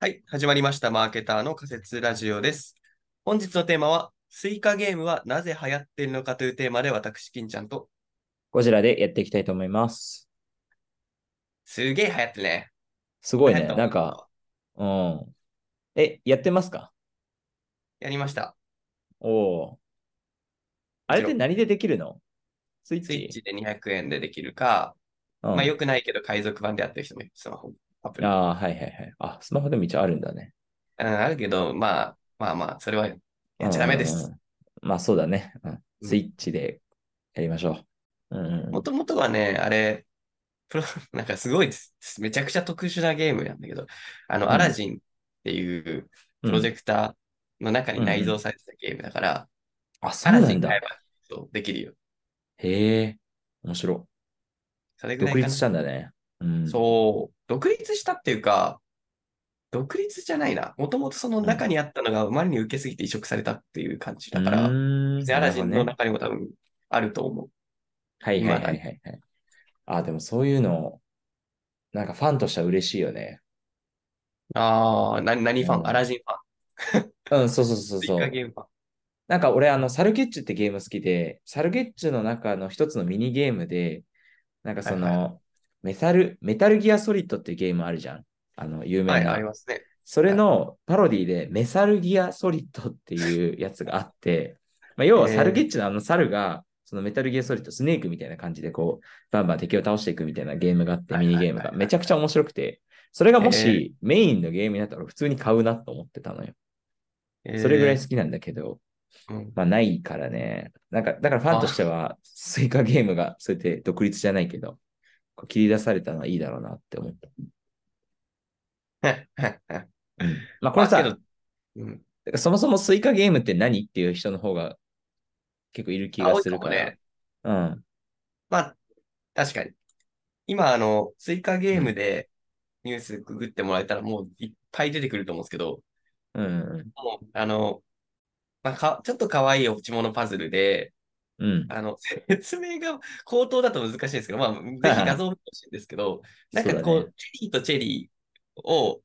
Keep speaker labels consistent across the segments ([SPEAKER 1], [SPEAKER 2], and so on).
[SPEAKER 1] はい、始まりました。マーケターの仮説ラジオです。本日のテーマは、スイカゲームはなぜ流行っているのかというテーマで、私、金ちゃんと。
[SPEAKER 2] こちらでやっていきたいと思います。
[SPEAKER 1] すげえ流行ってるね。
[SPEAKER 2] すごいね。なんか、うん。え、やってますか
[SPEAKER 1] やりました。
[SPEAKER 2] おお。あれって何でできるの
[SPEAKER 1] スイッチスイッチで200円でできるか、うん、まあよくないけど海賊版でやってる人もいる、スマホ。
[SPEAKER 2] アプリ。ああ、はいはいはい。あ、スマホでも一応あるんだね。、
[SPEAKER 1] うん、あるけど、まあ、まあまあ、それはやっちゃダメです。うんうんうん
[SPEAKER 2] まあそうだね、うん、スイッチでやりましょう。
[SPEAKER 1] もともとはね、あれ、プロ なんかすごいです。めちゃくちゃ特殊なゲームなんだけど、あの、うん、アラジンっていうプロジェクターの中に内蔵されてたゲームだから、うんうん
[SPEAKER 2] うん、あ、そうなんだ。アラジン
[SPEAKER 1] 買えばそうできるよ。
[SPEAKER 2] へえ、面白
[SPEAKER 1] それ
[SPEAKER 2] ぐらい独立したんだね。
[SPEAKER 1] うん、そう、独立したっていうか、独立じゃないな。もともとその中にあったのが、あまりに受けすぎて移植されたっていう感じだから、アラジンの中にも多分あると思う。
[SPEAKER 2] はいはいはいはい、はい。あ、でもそういうの、なんかファンとしては嬉しいよね。
[SPEAKER 1] ああ、な、何ファン、うん、アラジン
[SPEAKER 2] ファン。うん、そうそうそうそう。なんか俺、あの、サルゲッチュってゲーム好きで、サルゲッチュの中の一つのミニゲームで、なんかその、はいはいメタル、メタルギアソリッドっていうゲームあるじゃん。あの、有名な。
[SPEAKER 1] はい、ありますね。
[SPEAKER 2] それのパロディで、メサルギアソリッドっていうやつがあって、 まあ、要はサルゲッチのあの猿が、そのメタルギアソリッド、スネークみたいな感じでこう、バンバン敵を倒していくみたいなゲームがあって、ミニゲームが。めちゃくちゃ面白くて、それがもしメインのゲームになったら普通に買うなと思ってたのよ。それぐらい好きなんだけど、 まあないからね。なんか、だからファンとしては、スイカゲームがそうやって独立じゃないけど、切り出されたのはいいだろうなって思った。うん、まあこれさ、まあうん、そもそもスイカゲームって何っていう人の方が結構いる気がするから。ね、
[SPEAKER 1] うん、まあ確かに。今あの、スイカゲームでニュースググってもらえたらもういっぱい出てくると思うんですけど、
[SPEAKER 2] うん、
[SPEAKER 1] あの、まあ、かちょっと可愛い落ち物パズルで、
[SPEAKER 2] うん、
[SPEAKER 1] あの 説明が口頭だと難しいんですけど、まあ、ぜひ画像を見てほしいんですけど、なんかこう、うね、チェリーとチェリーを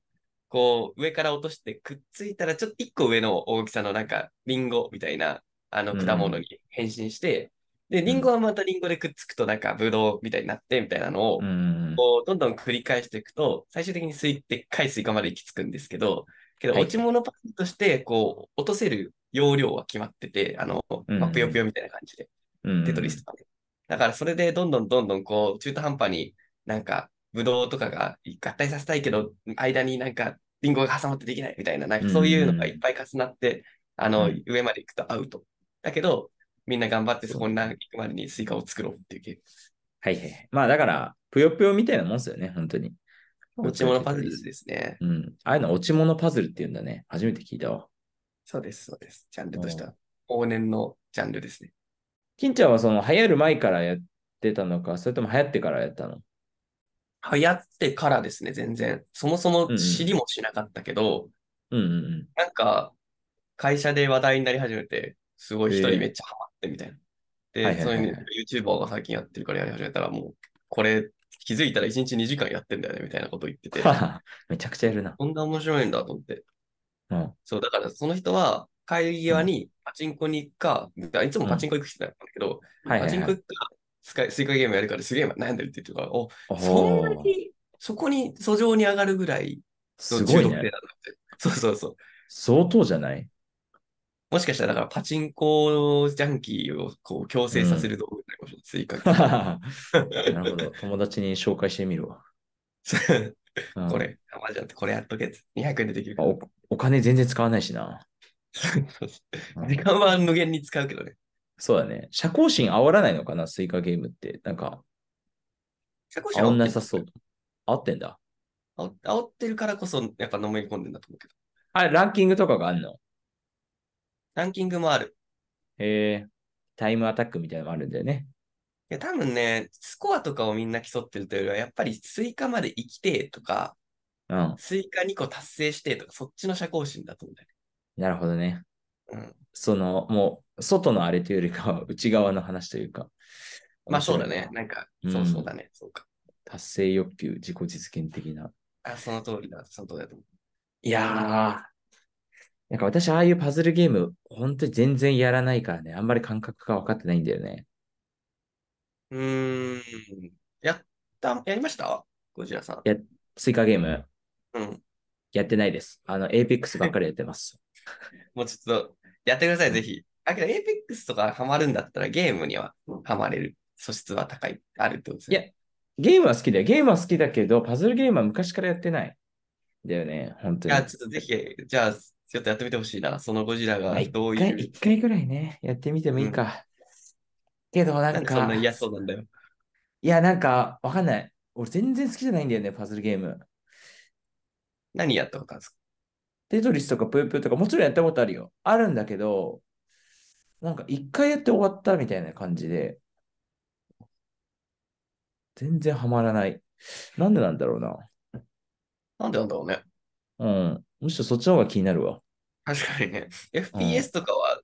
[SPEAKER 1] こう上から落としてくっついたら、ちょっと1個上の大きさのなんか、リンゴみたいなあの果物に変身して、うん、で、リンゴはまたリンゴでくっつくと、なんか、ブドウみたいになってみたいなのを、うん、こうどんどん繰り返していくと、最終的にスイでっかいスイカまで行き着くんですけど、けど、落ち物パンとして、こう、落とせる容量は決まってて、あの、まあ、ぷよぷよみたいな感じで、
[SPEAKER 2] うんうん、
[SPEAKER 1] テトリスとかね。だからそれでどんどんどんどんこう、中途半端になんか、ブドウとかが合体させたいけど、間になんか、リンゴが挟まってできないみたいな、なんかそういうのがいっぱい重なって、うんうん、あの、上まで行くとアウト。だけど、みんな頑張ってそこに行くまでにスイカを作ろうっていうゲーム。
[SPEAKER 2] はいはい。まあだから、ぷよぷよみたいなもんですよね、本当に。
[SPEAKER 1] 落ち物パズルですね。
[SPEAKER 2] うん。ああいうの落ち物パズルって言うんだね。初めて聞いたわ。
[SPEAKER 1] そうです、そうです。ジャンルとしては、往年のジャンルですね。
[SPEAKER 2] 金ちゃんはその流行る前からやってたのか、それとも流行ってからやったの
[SPEAKER 1] 流行ってからですね、全然。そもそも知りもしなかったけ
[SPEAKER 2] ど、うんうん、うんうん、
[SPEAKER 1] なんか、会社で話題になり始めて、すごい一人めっちゃハマってみたいな。えー、で、はいはいはいはい、そういう YouTuber が最近やってるからやり始めたら、もう、これ気づいたら1日2時間やってんだよねみたいなこと言って て。
[SPEAKER 2] めちゃくちゃやるな。
[SPEAKER 1] こんな面白いんだと思って。
[SPEAKER 2] うん、
[SPEAKER 1] そう、だからその人は帰り際にパチンコに行くか、うん、いつもパチンコ行く人だったんだけど、うんはいはいはい、パチンコ行くかスカ、スイカゲームやるからすげえ悩んでるって言ってから、お、そんなに、そこに訴状に上がるぐらい
[SPEAKER 2] の中毒性なんだって。
[SPEAKER 1] そうそうそう。
[SPEAKER 2] 相当じゃない
[SPEAKER 1] もしかしたら、だからパチンコジャンキーをこう強制させる道具になりましょう、追加。
[SPEAKER 2] なるほど。友達に紹介してみるわ。
[SPEAKER 1] これ、あ、マジだってこれやっとけ。200円でできる
[SPEAKER 2] お。お金全然使わないしな。
[SPEAKER 1] 時間は無限に使うけどね。
[SPEAKER 2] そうだね。社交心煽らないのかな、スイカゲームって。なんか、
[SPEAKER 1] 社交心煽
[SPEAKER 2] んなさそう。煽ってんだ。
[SPEAKER 1] 煽ってるからこそ、やっぱのめり込んでんだと思うけど。
[SPEAKER 2] あれ、ランキングとかがあるの
[SPEAKER 1] ランキングもある。
[SPEAKER 2] へえー、タイムアタックみたいなのもあるんだよね。
[SPEAKER 1] いや、多分ね、スコアとかをみんな競ってるというよりは、やっぱりスイカまで生きてとか、
[SPEAKER 2] うん、
[SPEAKER 1] スイカ2個達成してとか、そっちの社交心だと思うんだよね。
[SPEAKER 2] なるほどね。
[SPEAKER 1] うん、
[SPEAKER 2] その、もう、外のあれというよりかは、内側の話というか。
[SPEAKER 1] まあそうだね。なんか、うん、そうそうだね。そうか。
[SPEAKER 2] 達成欲求、自己実現的な。
[SPEAKER 1] あ、その通りだ。その通りだと思う。いや
[SPEAKER 2] なんか私、ああいうパズルゲーム、本当に全然やらないからね、あんまり感覚が分かってないんだよね。
[SPEAKER 1] ー、うーん。やった、やりましたゴジラさん。
[SPEAKER 2] スイカゲーム、
[SPEAKER 1] うん。
[SPEAKER 2] やってないです。あの、エイペックスばっかりやってます。
[SPEAKER 1] もうちょっと、やってください、ぜひ。あ、けど、エイペックスとかハマるんだったら、ゲームにはハマれる素質は高い、あるってことですね。
[SPEAKER 2] ゲームは好きだよ。ゲームは好きだけど、パズルゲームは昔からやってない。だよね、本当
[SPEAKER 1] い
[SPEAKER 2] に。
[SPEAKER 1] や、ちょっとぜひ、じゃあ、ちょっとやってみてほしいな。そのゴジラ
[SPEAKER 2] ま
[SPEAKER 1] が
[SPEAKER 2] あ
[SPEAKER 1] どう
[SPEAKER 2] 一
[SPEAKER 1] い
[SPEAKER 2] 回、
[SPEAKER 1] う、
[SPEAKER 2] 一回ぐらいね、やってみてもいいか。けど、な
[SPEAKER 1] なん
[SPEAKER 2] ん
[SPEAKER 1] でそん
[SPEAKER 2] か、
[SPEAKER 1] な嫌そうなんだよ。
[SPEAKER 2] いや、なんか、わかんない。俺、全然好きじゃないんだよね、パズルゲーム。
[SPEAKER 1] 何やったことあるんですか
[SPEAKER 2] テトリスとかプープーとか、もちろんやったことあるよ。あるんだけど、なんか、一回やって終わったみたいな感じで、全然ハマらない。なんでなんだろうな。
[SPEAKER 1] なんでなんだろうね。
[SPEAKER 2] うん。むしろそっちの方が気になるわ。
[SPEAKER 1] 確かにね。FPS とかは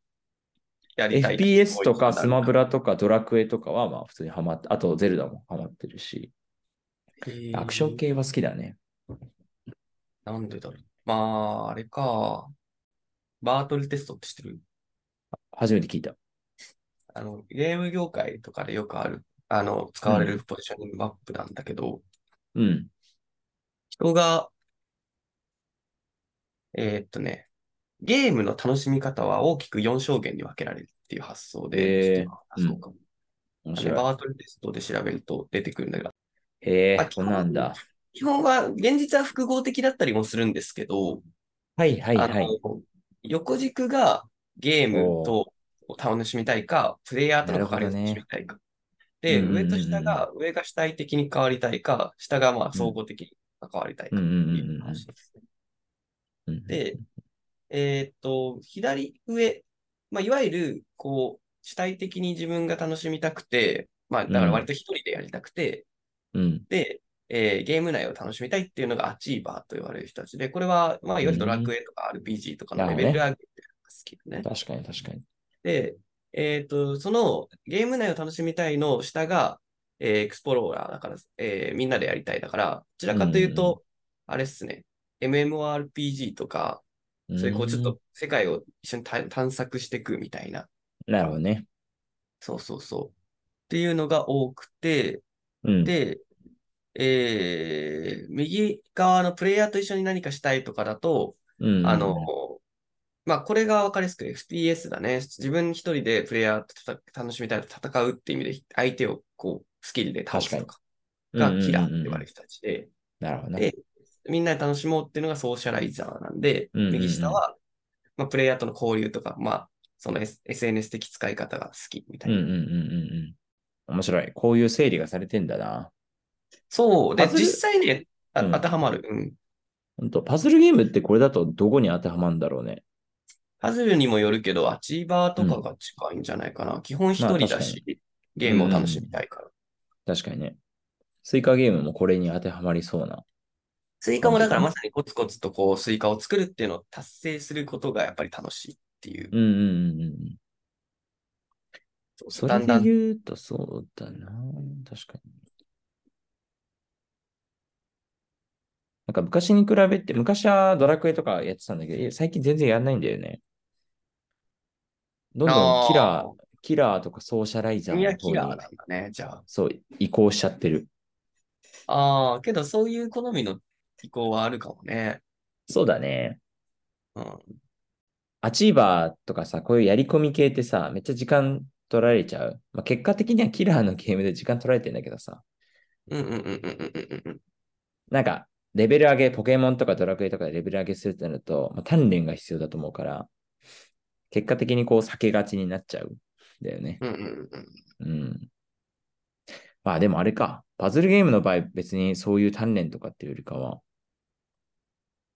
[SPEAKER 1] やりたい。
[SPEAKER 2] FPS とかスマブ
[SPEAKER 1] ラ。
[SPEAKER 2] ラとかドラクエとかはまあ普通にハマって、あとゼルダもハマってるし、アクション
[SPEAKER 1] 系。
[SPEAKER 2] 系は好きだね。
[SPEAKER 1] なんでだろう。まあ、あれか。バートルテストって知ってる
[SPEAKER 2] 初めて聞いた。
[SPEAKER 1] あの、ゲーム業界とかでよくある、あの、使われるポジショニングマップなんだけど、
[SPEAKER 2] うん。
[SPEAKER 1] 人が、えーっとね、ゲームの楽しみ方は大きく4象限に分けられるっていう発想で、
[SPEAKER 2] へ
[SPEAKER 1] ち
[SPEAKER 2] ー
[SPEAKER 1] ょっと今そうかも
[SPEAKER 2] 面
[SPEAKER 1] あの
[SPEAKER 2] 白い。
[SPEAKER 1] バートルテストで調べると出てくるんだけど、
[SPEAKER 2] へ
[SPEAKER 1] あ
[SPEAKER 2] え、そうなんだ。
[SPEAKER 1] 基本は、現実は複合的だったりもするんですけど、
[SPEAKER 2] はいはい
[SPEAKER 1] あ
[SPEAKER 2] はい。
[SPEAKER 1] の、横軸がゲームと楽しみたいか、プレイヤーとの関わりを
[SPEAKER 2] なるほどね
[SPEAKER 1] 楽しみたいか。で、
[SPEAKER 2] うんうんうんうん
[SPEAKER 1] 上と下が、上が主体的に変わりたいか、下がまあ総合的に関わりたいか
[SPEAKER 2] うん
[SPEAKER 1] って
[SPEAKER 2] うん
[SPEAKER 1] いう話ですね。
[SPEAKER 2] うんうん。
[SPEAKER 1] で、えーっと、左上、まあ、いわゆる、こう、主体的に自分が楽しみたくて、まあ、だから割と一人でやりたくて、
[SPEAKER 2] うん。
[SPEAKER 1] で、えーゲーム内を楽しみたいっていうのがアチーバーと言われる人たちで、これは、まあ、いわゆるドラクエとか RPG とかのレベル上げが好きだね。
[SPEAKER 2] 確かに確かに。
[SPEAKER 1] で、えっ、と、そのゲーム内を楽しみたいの下が、えーエクスプローラーだから、えーみんなでやりたいだから、どちらかという
[SPEAKER 2] うんう
[SPEAKER 1] と、あれっすね、MMORPG とか、
[SPEAKER 2] ん
[SPEAKER 1] そういうこうちょっと。世界を一緒に探探索していくみたいな、
[SPEAKER 2] なるほどね。
[SPEAKER 1] そうそうそう。っていうのが多くて、
[SPEAKER 2] うん。
[SPEAKER 1] で、えー右側のプレイヤーと一緒に何かしたいとかだと、
[SPEAKER 2] うん
[SPEAKER 1] あの、、まあ、これが分かりやすく FPS だね。自分一人でプレイヤーとたた楽しみたいと戦うっていう意味で、相手をこう、スキルで倒すとかがキラーって言われる
[SPEAKER 2] る。
[SPEAKER 1] 人たちで、
[SPEAKER 2] なるほど
[SPEAKER 1] で
[SPEAKER 2] ね。
[SPEAKER 1] みんなで楽しもうっていうのがソーシャライザーなんで、
[SPEAKER 2] うんうんうん
[SPEAKER 1] 右下は、まあ、プレイヤーとの交流とか、まあ、その S- SNS 的使い方が好きみた
[SPEAKER 2] う
[SPEAKER 1] い
[SPEAKER 2] ん
[SPEAKER 1] な。
[SPEAKER 2] うんうんうんうん。面白い。こういう整理がされてんだな。
[SPEAKER 1] そう。で、
[SPEAKER 2] パズル
[SPEAKER 1] 実際ね、あ
[SPEAKER 2] うん
[SPEAKER 1] 当てはまる。うん。
[SPEAKER 2] 本当パズルゲームってこれだとどこに当てはまるんだろうね。
[SPEAKER 1] パズルにもよるけど、アチーバーとかが近いんじゃないかな。基本一人だし、ゲームを楽しみたいから。
[SPEAKER 2] 確かにね。スイカゲームもこれに当てはまりそうな。
[SPEAKER 1] スイカもだからまさにコツコツとこう、スイカを作るっていうのを達成することがやっぱり楽しいっていう。
[SPEAKER 2] うんうんうんうん。そ
[SPEAKER 1] だ
[SPEAKER 2] れ
[SPEAKER 1] んだ
[SPEAKER 2] で
[SPEAKER 1] ん、
[SPEAKER 2] 言うとそうだな。確かに。なんか昔に比べて、昔はドラクエとかやってたんだけどいや、最近全然やんないんだよね。どんどんキラー、キラーとかソーシャライザー
[SPEAKER 1] 君は
[SPEAKER 2] の
[SPEAKER 1] キ
[SPEAKER 2] 方
[SPEAKER 1] ラーなん
[SPEAKER 2] に、
[SPEAKER 1] だね、じゃあ。
[SPEAKER 2] そう、移行しちゃってる。
[SPEAKER 1] ああ、けどそういう好みの意向はあるかもね。
[SPEAKER 2] そうだね。
[SPEAKER 1] うん。
[SPEAKER 2] アチーバーとかさ、こういうやり込み系ってさ、めっちゃ時間取られちゃう。まあ、結果的にはキラーのゲームで時間取られてんだけどさ、
[SPEAKER 1] うんうんうんうんうんうんうん。
[SPEAKER 2] なんか、レベル上げ、ポケモンとかドラクエとかでレベル上げするってなると、まあ、鍛錬が必要だと思うから、結果的にこう避けがちになっちゃうんだよね。
[SPEAKER 1] うんうんうんうん。
[SPEAKER 2] うん。まあでもあれか、パズルゲームの場合、別にそういう鍛錬とかっていうよりかは、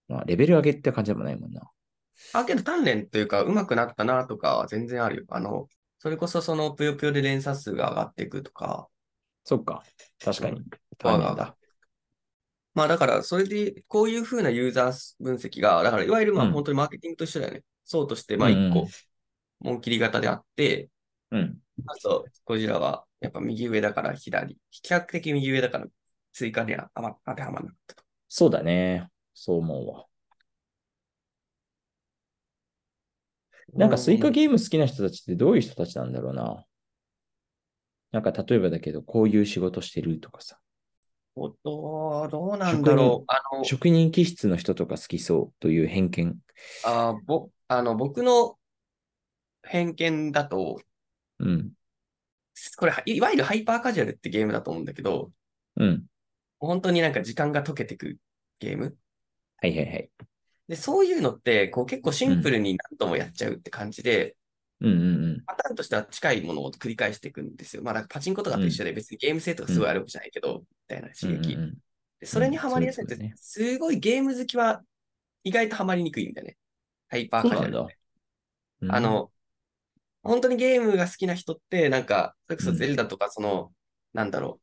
[SPEAKER 2] まあレベル上げって感じでもないもんな。
[SPEAKER 1] あ、けど鍛錬というか、上手くなったなとかは全然あるよ。あの、それこそそのぷよぷよで連鎖数が上がっていくとか、
[SPEAKER 2] そっか、確かに。
[SPEAKER 1] うん
[SPEAKER 2] 鍛錬だ。
[SPEAKER 1] まあだから、それで、こういうふうなユーザー分析が、だから、いわゆるま
[SPEAKER 2] う
[SPEAKER 1] あ
[SPEAKER 2] ん
[SPEAKER 1] 本当にマーケティングと一緒だよね。そうとして、まあ
[SPEAKER 2] うんうん
[SPEAKER 1] 一個、紋切り型であって、
[SPEAKER 2] うん。
[SPEAKER 1] あと、ゴジラは、やっぱ右上だから左、比較的右上だから、追加ではあま当てはまらなかったと。
[SPEAKER 2] そうだね。そう思うわ。なんかスイカゲーム好きな人たちってどういう人たちなんだろうな。なんか例えばだけど、こういう仕事してるとかさ。
[SPEAKER 1] おっと、どうなんだろう。あの、
[SPEAKER 2] 職人気質の人とか好きそうという偏見。
[SPEAKER 1] あーぼあの僕の偏見だと、
[SPEAKER 2] うん。
[SPEAKER 1] これ、いわゆるハイパーカジュアルってゲームだと思うんだけど、
[SPEAKER 2] うん。
[SPEAKER 1] 本当になんか時間が溶けてくゲーム。
[SPEAKER 2] はいはいはい。
[SPEAKER 1] で、そういうのって、こう結構シンプルに何度もやっちゃうって感じで、
[SPEAKER 2] うんうんうん。
[SPEAKER 1] パターンとしては近いものを繰り返していくんですよ。まあ、なんかパチンコとかと一緒で別にゲーム性とかすごいあるわけじゃないけど、みたいな刺激。
[SPEAKER 2] うんうんうん
[SPEAKER 1] でそれにはまりやすいって、
[SPEAKER 2] うんそういうこ
[SPEAKER 1] すごいゲーム好きは意外とはまりにくいんだよね。ハイパーカジュアルって。
[SPEAKER 2] うん
[SPEAKER 1] あ、の、本当にゲームが好きな人って、なんか、それこそゼルダとか、その、なんだろ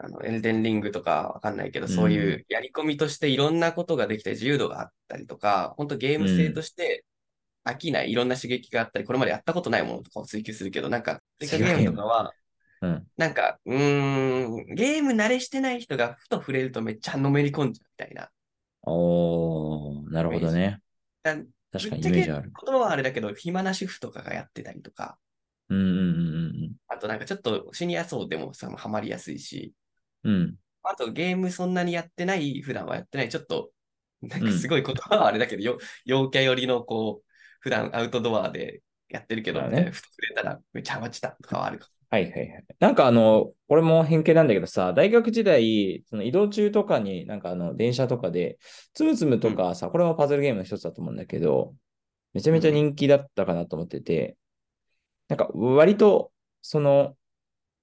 [SPEAKER 1] う、あの、エルデンリングとかわかんないけど、
[SPEAKER 2] うん
[SPEAKER 1] そういうやり込みとしていろんなことができて自由度があったりとか、本当ゲーム性として飽きないいろんな刺激があったり、これまでやったことないものとかを追求するけど、なんか、
[SPEAKER 2] 違う
[SPEAKER 1] そういったゲームとかは、
[SPEAKER 2] うん。
[SPEAKER 1] なんか、うーん、ゲーム慣れしてない人がふと触れるとめっちゃのめり込んじゃうみたいな。
[SPEAKER 2] おー、なるほどね。
[SPEAKER 1] だ
[SPEAKER 2] 確かに
[SPEAKER 1] ぶ
[SPEAKER 2] イ
[SPEAKER 1] っ
[SPEAKER 2] メ
[SPEAKER 1] ちゃけ
[SPEAKER 2] ージある。
[SPEAKER 1] 言葉はあれだけど、暇な主婦とかがやってたりとか、
[SPEAKER 2] うんうんうん
[SPEAKER 1] あとなんかちょっとシニア層でもさ、ハマりやすいし、
[SPEAKER 2] うん。うん。
[SPEAKER 1] あとゲームそんなにやってない、普段はやってない、ちょっと、なんかすごい言葉はあれだけど、よ陽キャ寄りのこう、普段アウトドアでやってるけど、
[SPEAKER 2] まあ
[SPEAKER 1] みた
[SPEAKER 2] ね
[SPEAKER 1] いな、ふと触れたらめっちゃハマっちゃったとかはあるか。
[SPEAKER 2] はいはいはい。なんかあの、俺も偏見なんだけどさ、大学時代、その移動中とかに、なんかあの、電車とかで、つむつむとかさ、これはパズルゲームの一つだと思うんだけど、めちゃめちゃ人気だったかなと思ってて、なんか割と、その、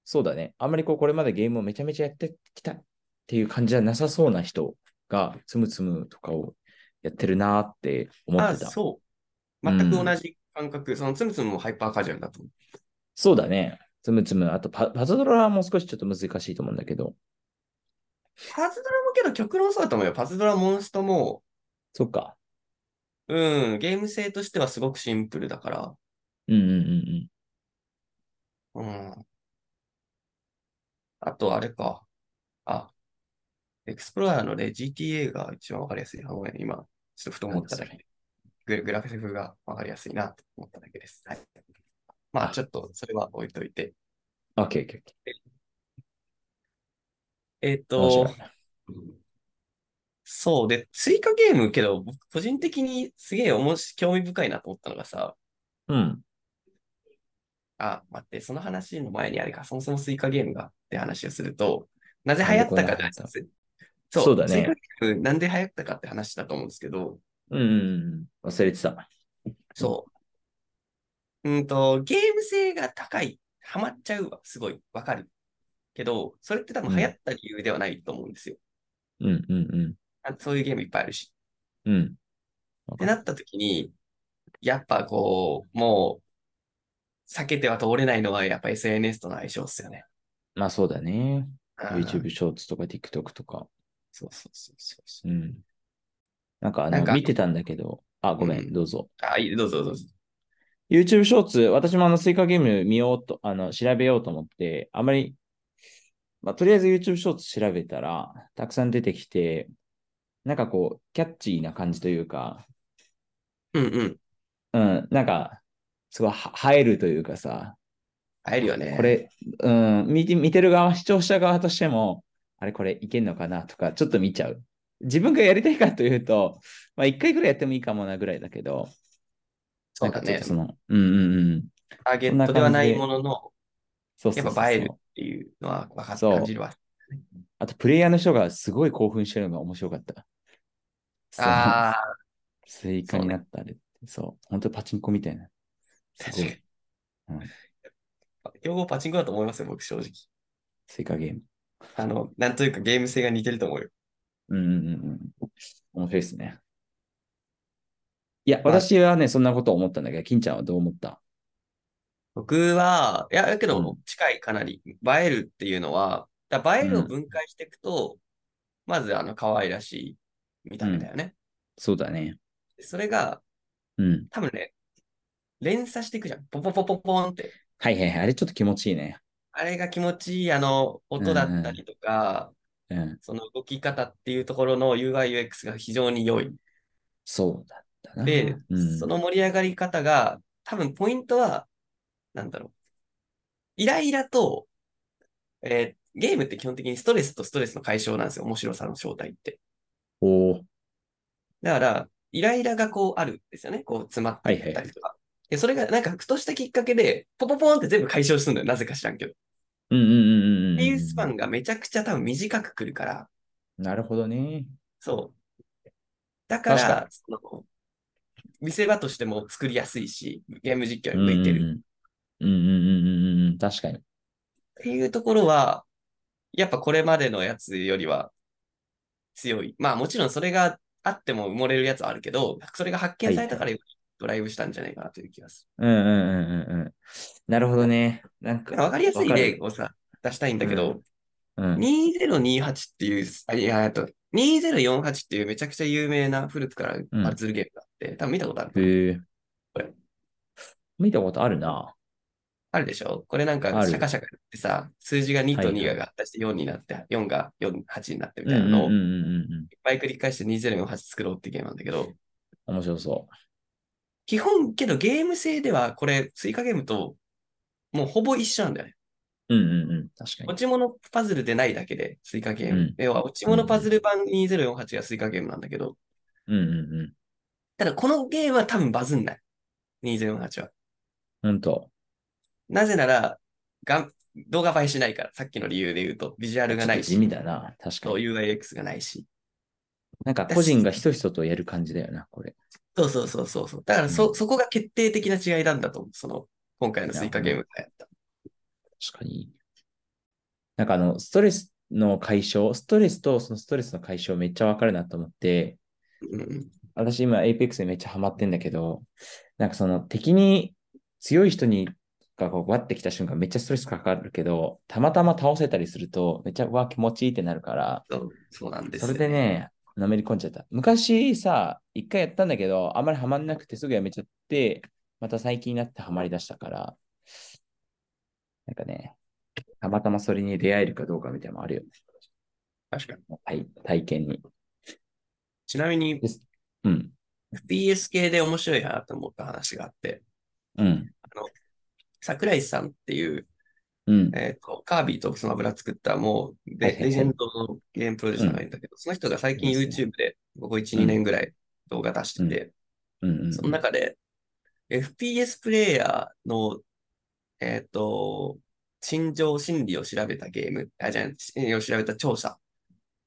[SPEAKER 2] そうだね、あんまりこう、これまでゲームをめちゃめちゃやってきたっていう感じじゃなさそうな人が、つむつむとかをやってるなーって思
[SPEAKER 1] あ
[SPEAKER 2] っ
[SPEAKER 1] あ、
[SPEAKER 2] てた。
[SPEAKER 1] そう。全く同じ感覚、そのつむつむもハイパーカジュアルだと思う。
[SPEAKER 2] そうだね。つむつむ。あとパ、パズドラも少しちょっと難しいと思うんだけど。
[SPEAKER 1] パズドラもけど極論そうだと思うよ。パズドラモンストも、
[SPEAKER 2] そっか。
[SPEAKER 1] うん、ゲーム性としてはすごくシンプルだから、
[SPEAKER 2] うんうんうん
[SPEAKER 1] うん。あと、あれか。あ、エクスプローラーの例 GTA が一番わかりやすい。あごめん、今、ちょっとふと思っただ
[SPEAKER 2] なん
[SPEAKER 1] け。ググラフィックがわかりやすいなと思っただけです。はい。まあ、ちょっと、それは置いといて。
[SPEAKER 2] うん。オッケーオッケーオッケ
[SPEAKER 1] えっ
[SPEAKER 2] ー。面白
[SPEAKER 1] と
[SPEAKER 2] い、
[SPEAKER 1] そうで、追加ゲームけど、僕個人的にすげえおもし興味深いなと思ったのがさ、
[SPEAKER 2] うん。
[SPEAKER 1] あ、待って、その話の前にあれか、そもそもスイカゲームがって話をすると、なぜ流行ったかって話です。そう
[SPEAKER 2] そうだね
[SPEAKER 1] スイカゲームなんで流行ったかって話だと思うんですけど、
[SPEAKER 2] うんうんうん。忘れてた。
[SPEAKER 1] そう。うんと、ゲーム性が高い。ハマっちゃうわ。すごい。わかる。けど、それって多分流行った理由ではないと思うんですよ。
[SPEAKER 2] うんうん
[SPEAKER 1] あそういうゲームいっぱいあるし。
[SPEAKER 2] うん。うん。
[SPEAKER 1] ってなった時に、やっぱこう、もう、避けては通れないのは、やっぱ SNS との相性っすよね。
[SPEAKER 2] まあそうだね。
[SPEAKER 1] うん
[SPEAKER 2] YouTube ショーツとか TikTok とか。
[SPEAKER 1] そうそうそうそうそう。
[SPEAKER 2] うん。なんかあ
[SPEAKER 1] なん
[SPEAKER 2] の、
[SPEAKER 1] か
[SPEAKER 2] 見てたんだけど。あ、ごめ
[SPEAKER 1] うん
[SPEAKER 2] ん、どうぞ。
[SPEAKER 1] あ、いい、どうぞどうぞ。
[SPEAKER 2] YouTube ショーツ、私もあの、スイカゲーム見ようと、あの、調べようと思って、あまり、まあ、とりあえず YouTube ショーツ調べたら、たくさん出てきて、なんかこう、キャッチーな感じというか、
[SPEAKER 1] うんうん。
[SPEAKER 2] うん、なんか、すごいは映えるというかさ、
[SPEAKER 1] 会えるよね。
[SPEAKER 2] こ。れ、うん、見て見てる側、視聴者側としても、あれこれいけんのかなとか、ちょっと見ちゃう。自分がやりたいかというと、まあ一回ぐらいやってもいいかもなぐらいだけど、
[SPEAKER 1] そうだ
[SPEAKER 2] なん
[SPEAKER 1] ね
[SPEAKER 2] かちょっと。その、うんうんうん。
[SPEAKER 1] ターゲットではないものの、
[SPEAKER 2] そうそう
[SPEAKER 1] や
[SPEAKER 2] そう
[SPEAKER 1] っ
[SPEAKER 2] そう
[SPEAKER 1] ぱ映えるっていうのは分かっ
[SPEAKER 2] そう
[SPEAKER 1] 感じるわ。
[SPEAKER 2] あと、プレイヤーの人がすごい興奮してるのが面白かった。
[SPEAKER 1] ああ、
[SPEAKER 2] そうスイカになったあれって。そう。本当パチンコみたいな。すご
[SPEAKER 1] 確
[SPEAKER 2] い。
[SPEAKER 1] かに。競合パチンコだと思いますよ、僕正直。
[SPEAKER 2] スイカゲーム。
[SPEAKER 1] あの、なんというかゲーム性が似てると思うよ。
[SPEAKER 2] うんうんうんうん。面白いですね。いや、私はね、そんなこと思ったんだけど、金ちゃんはどう思った
[SPEAKER 1] 僕は、いや、だけ
[SPEAKER 2] う
[SPEAKER 1] ど
[SPEAKER 2] ん、
[SPEAKER 1] 近いかなり、映えるっていうのは、だから映えるを分解していくと、まず、あの、可愛らしい見た目だよね。
[SPEAKER 2] そうだね。
[SPEAKER 1] それが、
[SPEAKER 2] うん。
[SPEAKER 1] 多分ね、連鎖していくじゃん。ポポポポポンって。
[SPEAKER 2] はいはいはい。あれちょっと気持ちいいね。
[SPEAKER 1] あれが気持ちいい、あの、音だったりとか、
[SPEAKER 2] うん。
[SPEAKER 1] その動き方っていうところの UI、UX が非常に良い。
[SPEAKER 2] そうだったな。
[SPEAKER 1] で、
[SPEAKER 2] うん
[SPEAKER 1] その盛り上がり方が、多分ポイントは、なんだろう。イライラと、えーゲームって基本的にストレスとストレスの解消なんですよ。面白さの正体って。
[SPEAKER 2] おー
[SPEAKER 1] だから、イライラがこうあるんですよね。こう詰まっていったりとか。でそれがなんか、ふとしたきっかけで、ポポポーンって全部解消するんだよ。なぜか知らんけど。っ
[SPEAKER 2] うんうんうんうんうん。
[SPEAKER 1] ていうスパンがめちゃくちゃ多分短くくるから、
[SPEAKER 2] なるほどね。
[SPEAKER 1] そう。だから、
[SPEAKER 2] 確か
[SPEAKER 1] その見せ場としても作りやすいし、ゲーム実況に向いてる。
[SPEAKER 2] うんうんうんうんうんうん。確かに。
[SPEAKER 1] っていうところは、やっぱこれまでのやつよりは強い。まあもちろんそれがあっても埋もれるやつはあるけど、それが発見されたからドライブしたんじゃないかなという気がす
[SPEAKER 2] うんうんうんうんうん。なるほどね。なん
[SPEAKER 1] る。
[SPEAKER 2] か。
[SPEAKER 1] なんかわかりやすい
[SPEAKER 2] わ
[SPEAKER 1] 例
[SPEAKER 2] る。
[SPEAKER 1] をさ、出したいんだけど、
[SPEAKER 2] うん。
[SPEAKER 1] 2028っていう、あいや、えっと、2048っていうめちゃくちゃ有名な古くからバズるゲームがあって、多分見たことある。
[SPEAKER 2] へえ
[SPEAKER 1] これ。
[SPEAKER 2] 見たことあるな。
[SPEAKER 1] あるでしょこれなんか
[SPEAKER 2] ある
[SPEAKER 1] シャカシャカやってさ、数字が2と
[SPEAKER 2] はいはい
[SPEAKER 1] 2が合体して4になって、4が48になってみ
[SPEAKER 2] うん
[SPEAKER 1] たいな
[SPEAKER 2] うんうん
[SPEAKER 1] のを
[SPEAKER 2] うん
[SPEAKER 1] いっ
[SPEAKER 2] うん。
[SPEAKER 1] ぱい繰り返して2048作ろうってゲームなんだけど、
[SPEAKER 2] 面白そ
[SPEAKER 1] 基本けどゲーム性ではこれ追加ゲームともうほぼ一緒なんだよね。
[SPEAKER 2] う。うんうんうん。確かに
[SPEAKER 1] 落。ち物パズルでないだけで追加ゲーム。
[SPEAKER 2] うん
[SPEAKER 1] 要は落ち物パズル版2048が追加ゲームなんだけど、
[SPEAKER 2] うんうんうん。
[SPEAKER 1] ただこのゲームは多分バズんない。2048は。
[SPEAKER 2] ほんと。
[SPEAKER 1] なぜなら、が動画映えしないから、さっきの理由で言うと、ビジュアルがない
[SPEAKER 2] ちょっと
[SPEAKER 1] し、
[SPEAKER 2] 地味だな。確か
[SPEAKER 1] そう
[SPEAKER 2] に。
[SPEAKER 1] UIX がないし。
[SPEAKER 2] なんか個人がひとひととやる感じだよな、これ。
[SPEAKER 1] そうそうそうそうそう。だからそ、
[SPEAKER 2] うん
[SPEAKER 1] そこが決定的な違いなんだと思う。その、今回の追加ゲームがやった。
[SPEAKER 2] 確かに。なんかあの、ストレスの解消、ストレスとそのストレスの解消めっちゃわかるなと思って、
[SPEAKER 1] うんうん。
[SPEAKER 2] 私今 Apex にめっちゃハマってんだけど、なんかその敵に強い人にがこう割ってきた瞬間めっちゃストレスかかるけど、たまたま倒せたりするとめっちゃうわ気持ちいいってなるから、
[SPEAKER 1] そうそうなんです
[SPEAKER 2] そ
[SPEAKER 1] よ
[SPEAKER 2] れでね、のめり込んじゃった。昔さ、一回やったんだけど、あんまりハマんなくてすぐやめちゃって、また最近になってハマりだしたから、なんかね、たまたまそれに出会えるかどうかみたいなのもあるよね。
[SPEAKER 1] 確かに。
[SPEAKER 2] 体体験に。
[SPEAKER 1] ちなみに、
[SPEAKER 2] うん。
[SPEAKER 1] FPS 系で面白いなと思った話があって、
[SPEAKER 2] うん。
[SPEAKER 1] 桜井さんっていう、
[SPEAKER 2] うん。
[SPEAKER 1] えっ、と、カービィとスマブラ作った、もう
[SPEAKER 2] はい
[SPEAKER 1] レ、
[SPEAKER 2] はい
[SPEAKER 1] レジェンドのゲームプロデューサーがいるんだけど、その人が最近
[SPEAKER 2] いいですね
[SPEAKER 1] YouTube で、ここ1、
[SPEAKER 2] うん
[SPEAKER 1] 2年ぐらい動画出してて、
[SPEAKER 2] うん。うん
[SPEAKER 1] その中で、FPS プレイヤーの、えっ、と、心情心理を調べたゲーム、あ、じゃあ、心理を調べた調査